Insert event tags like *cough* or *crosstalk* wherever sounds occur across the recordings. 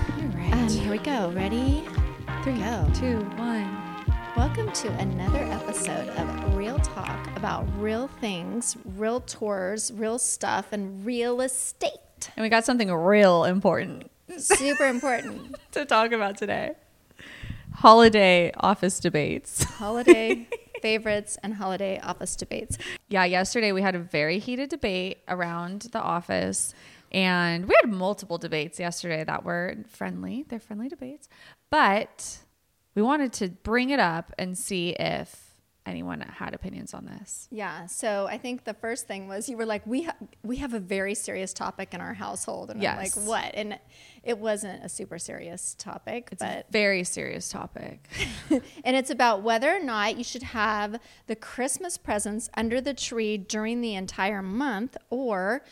one. Here we go. Ready? Three, Go. Um, two, one. Welcome to another episode of Real Talk about real things, real tours, real stuff, and real estate. And we got something real important *laughs* Super important. to talk about today holiday office debates. Holiday favorites and holiday office debates. Yeah, yesterday we had a very heated debate around the office. And we had multiple debates yesterday that were friendly. They're friendly debates. But we wanted to bring it up and see if anyone had opinions on this. Yeah. So I think the first thing was you were like, we ha- we have a very serious topic in our household, and I'm Yes. like, what? And it wasn't a super serious topic, It's but a very serious topic. and it's about whether or not you should have the Christmas presents under the tree during the entire month, or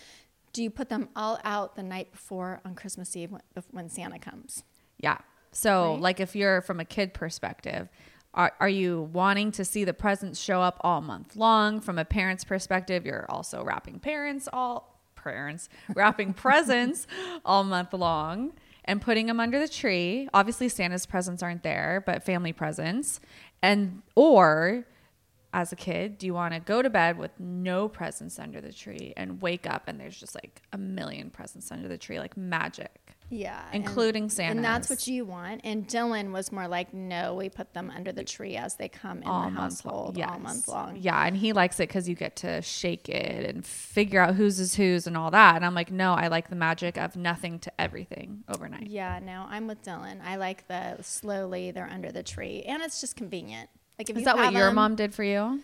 do you put them all out the night before on Christmas Eve when, when Santa comes? Yeah. So, Right? like, if you're from a kid perspective, are, are you wanting to see the presents show up all month long? From a parent's perspective, you're also wrapping parents all parents wrapping presents all month long and putting them under the tree. Obviously, Santa's presents aren't there, but family presents. And or as a kid, do you want to go to bed with no presents under the tree and wake up and there's just like a million presents under the tree, like magic? Yeah, Including and, and that's Santa's. what you want. And Dylan was more like, no, we put them under the tree as they come in the household all month long. Yeah, and he likes it because you get to shake it and figure out whose is whose and all that. And I'm like, no, I like the magic of nothing to everything overnight. Yeah, no, I'm with Dylan. I like the slowly they're under the tree, and it's just convenient. Like if Is you that what have your 'em- mom did for you?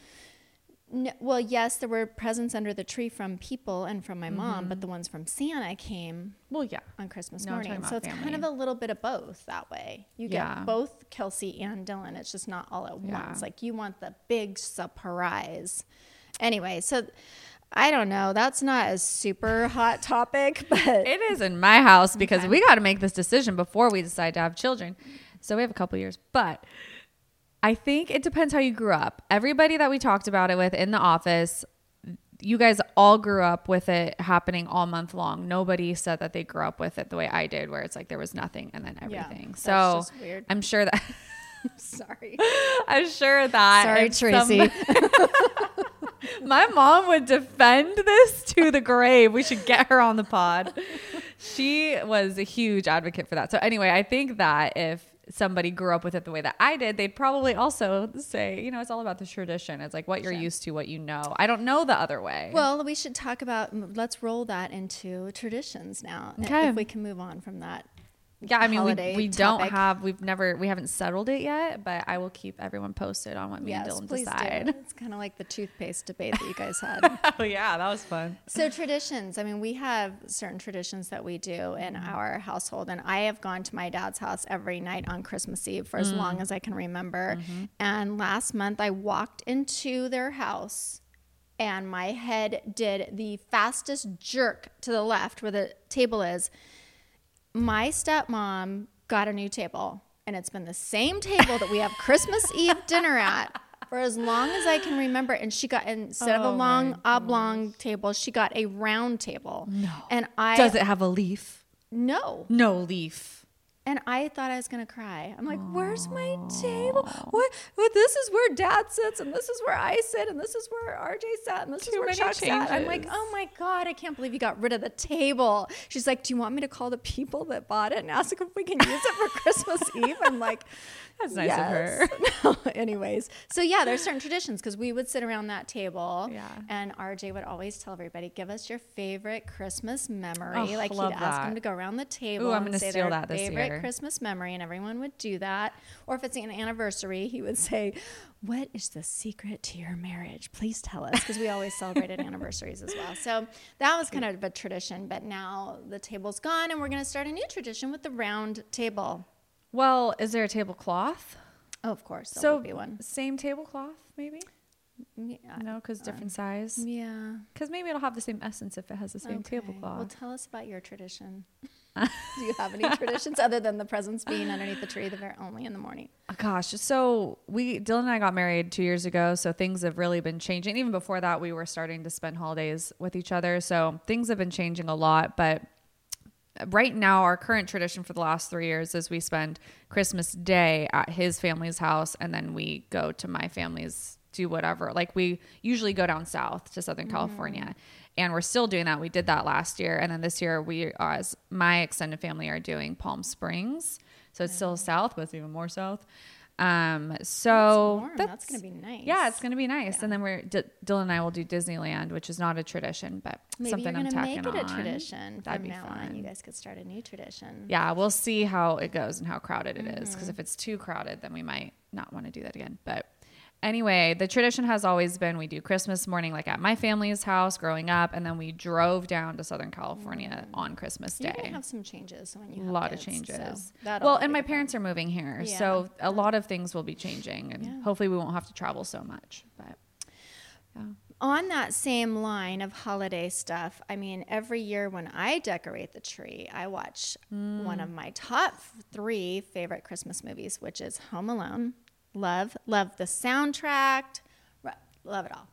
No, well, yes, there were presents under the tree from people and from my mom, but the ones from Santa came Well, yeah. on Christmas Mm-hmm. No, I'm talking morning. So about it's kind of family. a little bit of both that way. You get Yeah. both Kelsey and Dylan. It's just not all at Yeah. once. Like you want the big surprise. Anyway, so I don't know. That's not a super hot topic, *laughs* but It is in my house because we got to make this decision before we decide to have children. So we have a couple years, but I think it depends how you grew up. Everybody that we talked about it with in the office, you guys all grew up with it happening all month long. Nobody said that they grew up with it the way I did, where it's like there was nothing and then everything. that's so just weird. *laughs* I'm sure that *laughs* sorry. I'm sure that Sorry, if some- Tracy. *laughs* *laughs* my mom would defend this to the grave. We should get her on the pod. She was a huge advocate for that. So anyway, I think that if somebody grew up with it the way that I did, they'd probably also say, you know, it's all about the tradition. It's like what you're used to, what you know. I don't know the other way. Well, we should talk about. Let's roll that into traditions now. Okay. If we can move on from that. yeah, I mean, we, holiday we don't topic. have, we've never, we haven't settled it yet, but I will keep everyone posted on what me Yes, and Dylan please *laughs* decide. *laughs* do. It's kind of like the toothpaste debate that you guys had. oh yeah, that was fun. so traditions. I mean, we have certain traditions that we do in Mm-hmm. our household, and I have gone to my dad's house every night on Christmas Eve for as Mm. long as I can remember. Mm-hmm. And last month, I walked into their house. And my head did the fastest jerk to the left where the table is my stepmom got a new table, and it's been the same table that we *laughs* have Christmas Eve dinner at for as long as I can remember. And she got instead of Oh a my long oblong table, she got a round table. No, and I Does it have a leaf? no, No leaf. and I thought I was gonna cry. I'm like, "Where's my table? What? What? This is where Dad sits, and this is where I sit, and this is where RJ sat, and this is Too where many Chuck sat." I'm like, changes. "Oh my God, I can't believe you got rid of the table." She's like, "Do you want me to call the people that bought it and ask if we can use it for *laughs* Christmas Eve?" I'm like, That's nice of her. *laughs* no, anyways, so yeah, there's certain traditions because we would sit around that table, Yeah. and RJ would always tell everybody, "Give us your favorite Christmas memory." Oh, like he'd love ask them that. to go around the table. Ooh, I'm and gonna say steal their that this favorite year. Christmas memory, and everyone would do that. Or if it's an anniversary, he would say, "What is the secret to your marriage? Please tell us," because we always celebrated anniversaries as well. So that was kind of a tradition, but now the table's gone, and we're going to start a new tradition with the round table. Well, is there a tablecloth? Oh, of course, there so will be one. same tablecloth maybe Yeah. no because different size Yeah. because maybe it'll have the same essence if it has the same tablecloth Well, tell us about your *laughs* tradition. Do you have any traditions other than the presents being underneath the tree that are only in the morning? Oh, gosh so we dylan and i got married two years ago so things have really been changing even before that we were starting to spend holidays with each other so things have been changing a lot but right now our current tradition for the last three years is we spend Christmas Day at his family's house, and then we go to my family's do whatever. Like we usually go down south to Mm-hmm. Southern California, and we're still doing that. We did that last year, and then this year we, as my extended family, are doing Palm Springs. So it's Mm. still south, but it's even more south. Um, so warm. That's gonna be nice. Yeah, it's gonna be nice. And then we're D- Dylan and I will do Disneyland, which is not a tradition, but Maybe something you're I'm gonna tacking make it a on. tradition That'd from be now on. fun. You guys could start a new tradition. Yeah, we'll see how it goes and how crowded it is. Because Mm-hmm. if it's too crowded, then we might not want to do that again. But anyway, the tradition has always been we do Christmas morning, like at my family's house growing up, and then we drove down to Southern California on Christmas You're Day. gonna Mm. have some changes when you a have lot of kids, so changes. that'll well, all and be my good. parents are moving here, Yeah. so a lot of things will be changing, and Yeah. hopefully we won't have to travel so much. But on that same line of holiday stuff, I mean, every year when I decorate the tree, I watch one Mm. of my top three favorite Christmas movies, which is Home Alone. Love, love the soundtrack, ro- love it all.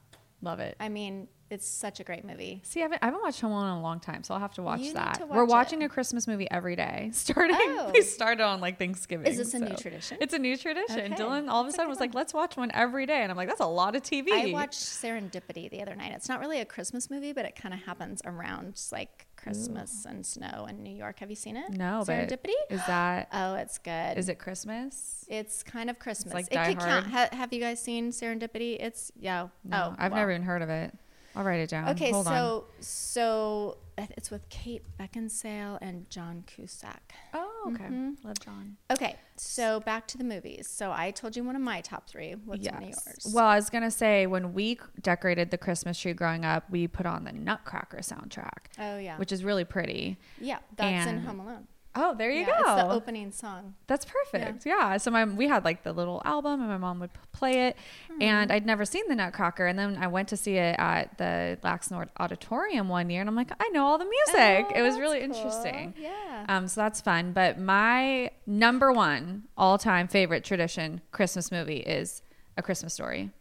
love it. I mean, it's such a great movie. See, I haven't, I haven't watched Home Alone in a long time, so I'll have to watch You need that. to We're watch watching a Christmas movie every day. *laughs* Starting, Oh. we started on like Thanksgiving. Is this a new tradition? *laughs* It's a new tradition. Okay. Dylan all of a sudden was like, "Let's watch one every day," and I'm like, "That's a lot of TV." I watched Serendipity the other night. It's not really a Christmas movie, but it kind of happens around like Christmas and snow and New York. Have you seen it? no, but Serendipity. is that oh, it's good. is it Christmas? It's kind of Christmas. like it Die could count. Hard. Ha- have you guys seen Serendipity? It's yeah. No, oh, I've well. never even heard of it. I'll write it down. Okay, Hold on. so so it's with Kate Beckinsale and John Cusack. oh, okay, love John. Okay, so back to the movies. So I told you one of my top three. What's one of Yes. yours? Well, I was gonna say when we c- decorated the Christmas tree growing up, we put on the Nutcracker soundtrack, oh yeah, which is really pretty. yeah, that's in and- Home Alone. Oh, there you yeah, go. It's the opening song. That's perfect. Yeah. So my we had like the little album, and my mom would p- play it. Hmm. And I'd never seen the Nutcracker, and then I went to see it at the Laxnord Auditorium one year, and I'm like, I know all the music. Oh, it was that's really cool. interesting. Yeah. Um, so that's fun. But my number one all time favorite tradition Christmas movie is A Christmas Story.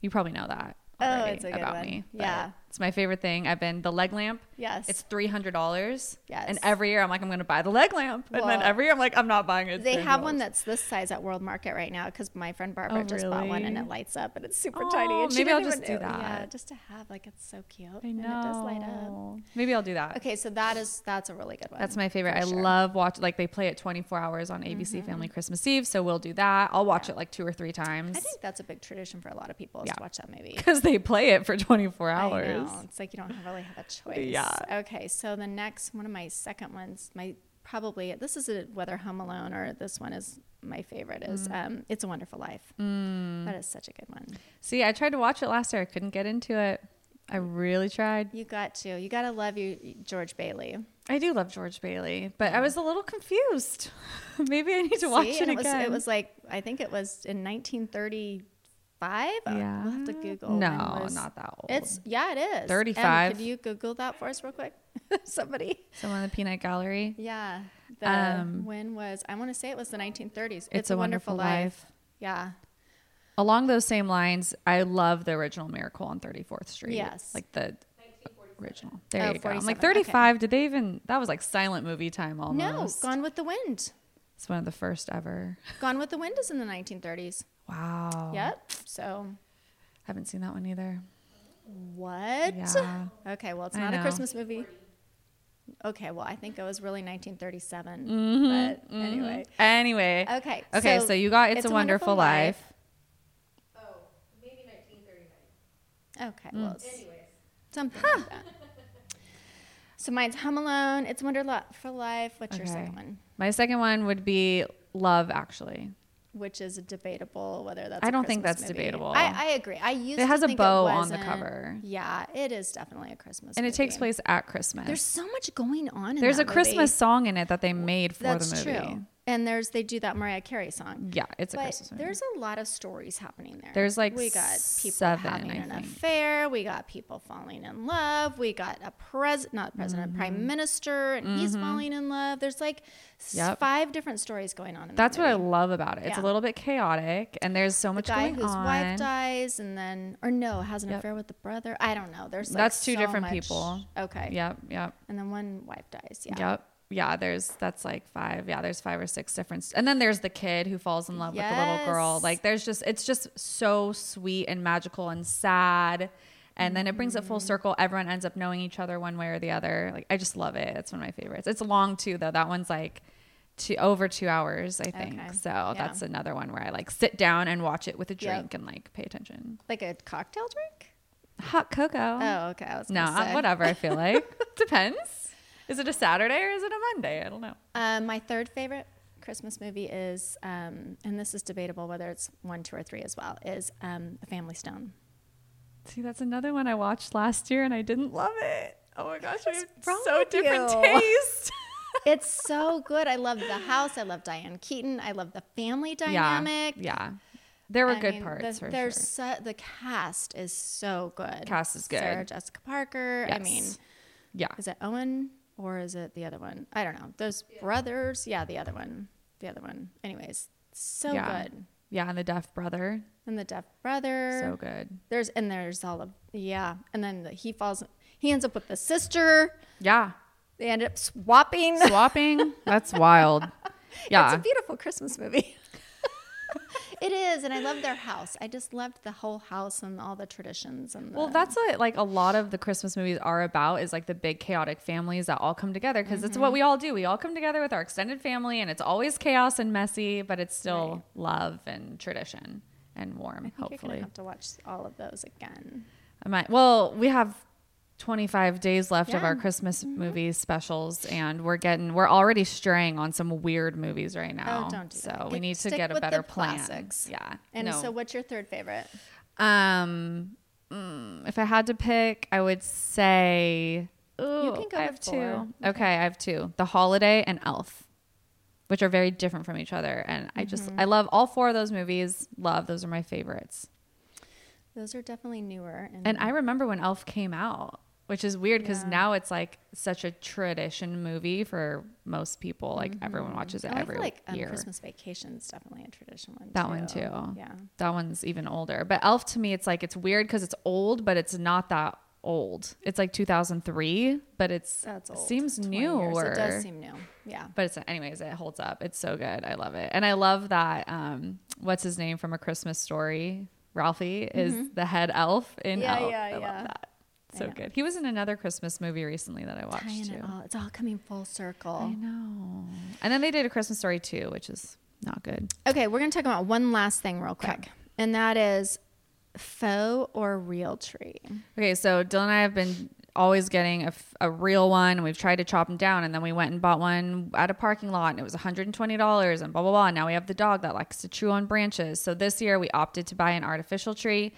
You probably know that Oh, already it's a good about one. me. but Yeah. It's my favorite thing. I've been the leg lamp. Yes. It's three hundred dollars. Yes. And every year I'm like, I'm gonna buy the leg lamp. And Well, then every year I'm like, I'm not buying it. They have one that's this size at World Market right now because my friend Barbara Oh, just bought one and really? it lights up and it's super Oh, tiny. And she maybe I'll didn't just even do know- Yeah, that. just to have like it's so cute I and know. it does light up. Maybe I'll do that. Okay, so that is that's a really good one. That's my favorite. for I sure. Mm-hmm. love watch like they play it 24 hours on ABC Family Christmas Eve, so we'll do that. I'll watch it like two or three times I *laughs* think that's a big tradition for a lot of people is Yeah. to watch that movie. because they play it for 24 I hours. know. It's like you don't have- really have a choice. Yeah. Okay, so the next one of my second ones, my probably this is a, whether Home Alone or this one is my favorite is Mm. um, It's a Wonderful Life. That is such a good one. See, I tried to watch it last year. I couldn't get into it. I really tried. You got to. You got to love you, George *laughs* Bailey. I do love George Bailey, but I was a little confused. *laughs* Maybe I need to See? watch it And it was, again. It was uh, like I think it was in 1935. Oh, yeah. we'll have to Google. when No, was- not that old. It's yeah, it is. Em, 35. could you Google that for us real quick? *laughs* Somebody. someone in the Peanut Gallery. Yeah. The Um, when was I want to say it was the 1930s. It's, It's a Wonderful Life. Yeah. Along those same lines, I love the original Miracle on 34th Street. Yes. Like the original. There Oh, you go. I'm 47, like okay. 35. Did they even? That was like silent movie time almost. No, Gone with the Wind. It's one of the first ever. Gone with the Wind is in the 1930s. Wow. Yep. So Haven't seen that one either. what? Yeah. Okay, well, it's I not a know. Christmas movie. Okay, well, I think it was really 1937. but anyway. Mm-hmm. Anyway. Okay. Mm-hmm, Okay, so, you got It's, a, Wonderful, Life. Okay, Mm. well, it's something like that. So mine's Home Alone, It's a Wonderful for Life. What's your Okay. second one? My second one would be Love Actually. Which is debatable whether that's. I I don't think that's debatable. I, I agree. I used. It has to a think bow it on the wasn't. cover. Yeah, it is definitely a Christmas. And it takes movie. place at Christmas. There's There's, so much going on. In a that movie. Christmas song in it that they made for That's the movie. true. And there's they do that Mariah Carey song. Yeah, it's a but Christmas movie. there's a lot of stories happening there. There's, like, we got people seven, having I an think. affair. We got people falling in love. We got a president, not president, Mm-hmm. prime minister, and he's falling in love. There's like s- Yep. five different stories going on. In That's that what I movie. love about it. It's Yeah. a little bit chaotic, and there's so The much guy going whose on. wife dies, and then or no, has an Yep. affair with the brother. I don't know. There's like That's two so different much- people. Okay. Yep, yep, And then one wife dies. Yeah. yep. yeah, there's that's like five. Yeah, there's five or six different. And then there's the kid who falls in love with the little girl. Yes. Like there's just it's just so sweet and magical and sad. And then it brings it Mm-hmm. full circle. Everyone ends up knowing each other one way or the other. Like I just love it. It's one of my favorites. It's long too though. That one's like two over two hours, I think. Okay. So Yeah. that's another one where I like sit down and watch it with a Yep. drink and like pay attention. Like a cocktail drink? Hot cocoa. Oh, okay. I was Um, No, gonna uh, say. whatever I feel like. *laughs* Depends. Is it a Saturday or is it a Monday? I don't know. Uh, my third favorite Christmas movie is, um, and this is debatable whether it's one, two, or three as well, is um, The Family *laughs* Stone. See, that's another one I watched last year and I didn't love it. Oh my gosh, we have wrong so with different you? *laughs* tastes. It's so good. I love the house. I love Diane Keaton. I love the family dynamic. Yeah, yeah. There were I good mean, parts The, for sure. there's so- the cast is so good. Cast is good. Sarah Jessica Parker. I Yes. mean, Yeah. is it Owen or is it the other one? I don't know. Those brothers. Yeah, the other one. The other one. Anyways, so yeah. good. Yeah, and the deaf brother. And the deaf brother. So good. There's and there's all of yeah, and then the- he falls. He ends up with the sister. *laughs* Yeah. They end up swapping. *laughs* Swapping. that's wild. Yeah. It's a beautiful Christmas movie. *laughs* it is, and I love their house. I just loved the whole house and all the traditions and the, Well, that's what like a lot of the Christmas movies are about is like the big chaotic families that all come together because it's Mm-hmm. what we all do. We all come together with our extended family, and it's always chaos and messy, but it's still love and tradition and warm. I think you're hopefully, gonna have to watch all of those again. I might. Well, we have. 25 days left of Yeah. Mm-hmm. our Christmas movie specials and we're getting we're already straying on some weird movies right now. Oh, don't do so that. we Get- need to stick get a with the better plan. classics. Yeah. And no. so, what's your third favorite? Um, mm, if I had to pick, I would say ooh, can go I with have two. four. Okay. I have two: The Holiday and Elf, which are very different from each other. And I just Mm-hmm. I love all four of those movies. Love those are my favorites. Those are definitely newer. And, And I remember when Elf came out, which is weird because Mm-hmm. Yeah. now it's like such a tradition movie for most people. Like everyone watches it Mm-hmm. I every feel like um, year. Christmas Vacation's definitely a tradition one. That one too. Yeah. That one's even older. But Elf to me, it's like it's weird because it's old, but it's not that old. It's like 2003, but it's That's old. seems 20 years. newer. It does seem new. Yeah. but it's anyways, it holds up. It's so good. I love it, and I love that. Um, what's his name from A Christmas Story? Ralphie is the head elf in Mm-hmm. Yeah, Elf. yeah, I yeah. love that. I So know. good. He was in another Christmas movie recently that I Tying watched it too. all. It's all coming full circle. I know. And then they did a Christmas Story too, which is not good. Okay, we're going to talk about one last thing real quick, and that is faux or real tree. Okay, so Dylan and I have been always getting a, f- a real one, and we've tried to chop them down, and then we went and bought one at a parking lot, and it was $120, and blah, blah, blah. Now we have the dog that likes to chew on branches. So this year we opted to buy an artificial tree,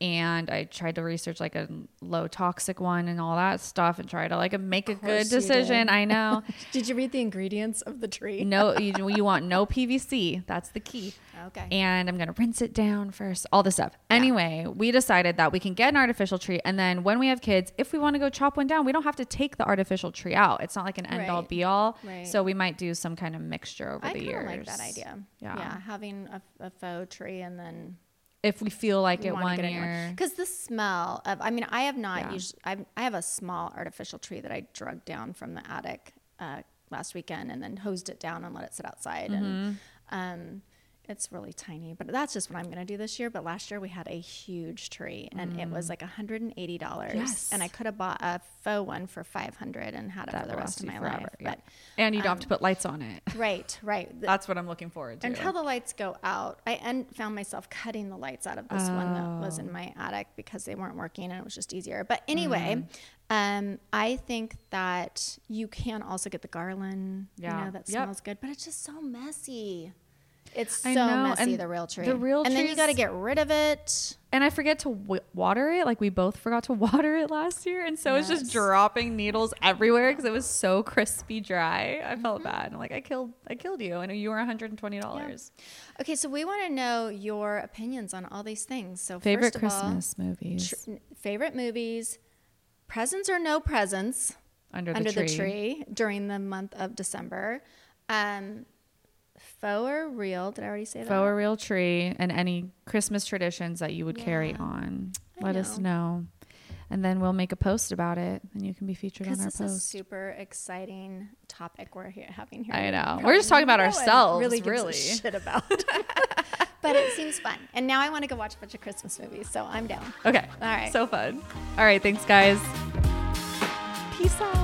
and I tried to research like a low toxic one and all that stuff, and try to like make a good course you decision. did. *laughs* I know. Did you read the ingredients of the tree? no, you, you want no PVC. That's the key Okay. and I'm gonna rinse it down first, all this stuff. Anyway, we decided that we can get an artificial tree, and then when we have kids, if we want to go chop one down, we don't have to take the artificial tree out. It's not like an end all Right. be all. Right. So we might do some kind of mixture over I the kind years. of like that idea. Yeah. having a, a faux tree and then If we feel like it one year. because the smell of. I mean, I have not Yeah. usually. I've, I have a small artificial tree that I drug down from the attic uh, last weekend and then hosed it down and let it sit outside Mm-hmm. and. Um, it's really tiny, but that's just what I'm going to do this year. But last year we had a huge tree, and it was like $180, Mm. Yes. and I could have bought a faux one for 500 and had it That for the will rest last of you my forever. life. yeah. And you don't have to put lights on it. But right, *laughs* right. Um, The- That's what I'm looking forward to. until the lights go out, I end, found myself cutting the lights out of this one that was Oh. in my attic because they weren't working and it was just easier. But Mm. anyway, um, I think that you can also get the garland, you Yeah. know, that Yep. smells good, but it's just so messy. It's so I know, messy, and the real tree. the real And then you trees- got to get rid of it. and I forget to w- water it. Like we both forgot to *laughs* water it last year, and so it's Yes. just dropping needles everywhere because it was so crispy dry. I felt Mm-hmm. bad. I'm like, I killed, I killed you, and you were 120 dollars. Okay, so we want to know your opinions on all these things. So, first Favorite of Christmas all, movies tr- favorite movies, presents or no presents. under, the, under tree. the tree during the month of December. Um, faux or real? Did I already say faux that? or real tree, and any Christmas traditions that you would carry Yeah. on. I Let us know. and then we'll make a post about it, and you can be featured on Because our this is a post. super exciting topic we're here, having here. I know. No We're just talking one- about no one ourselves, Really, gives a *laughs* really. shit about. but it seems fun, and now I want to go watch a bunch of Christmas movies, so I'm down. Okay. All right. So fun. All right. Thanks, guys. Peace out.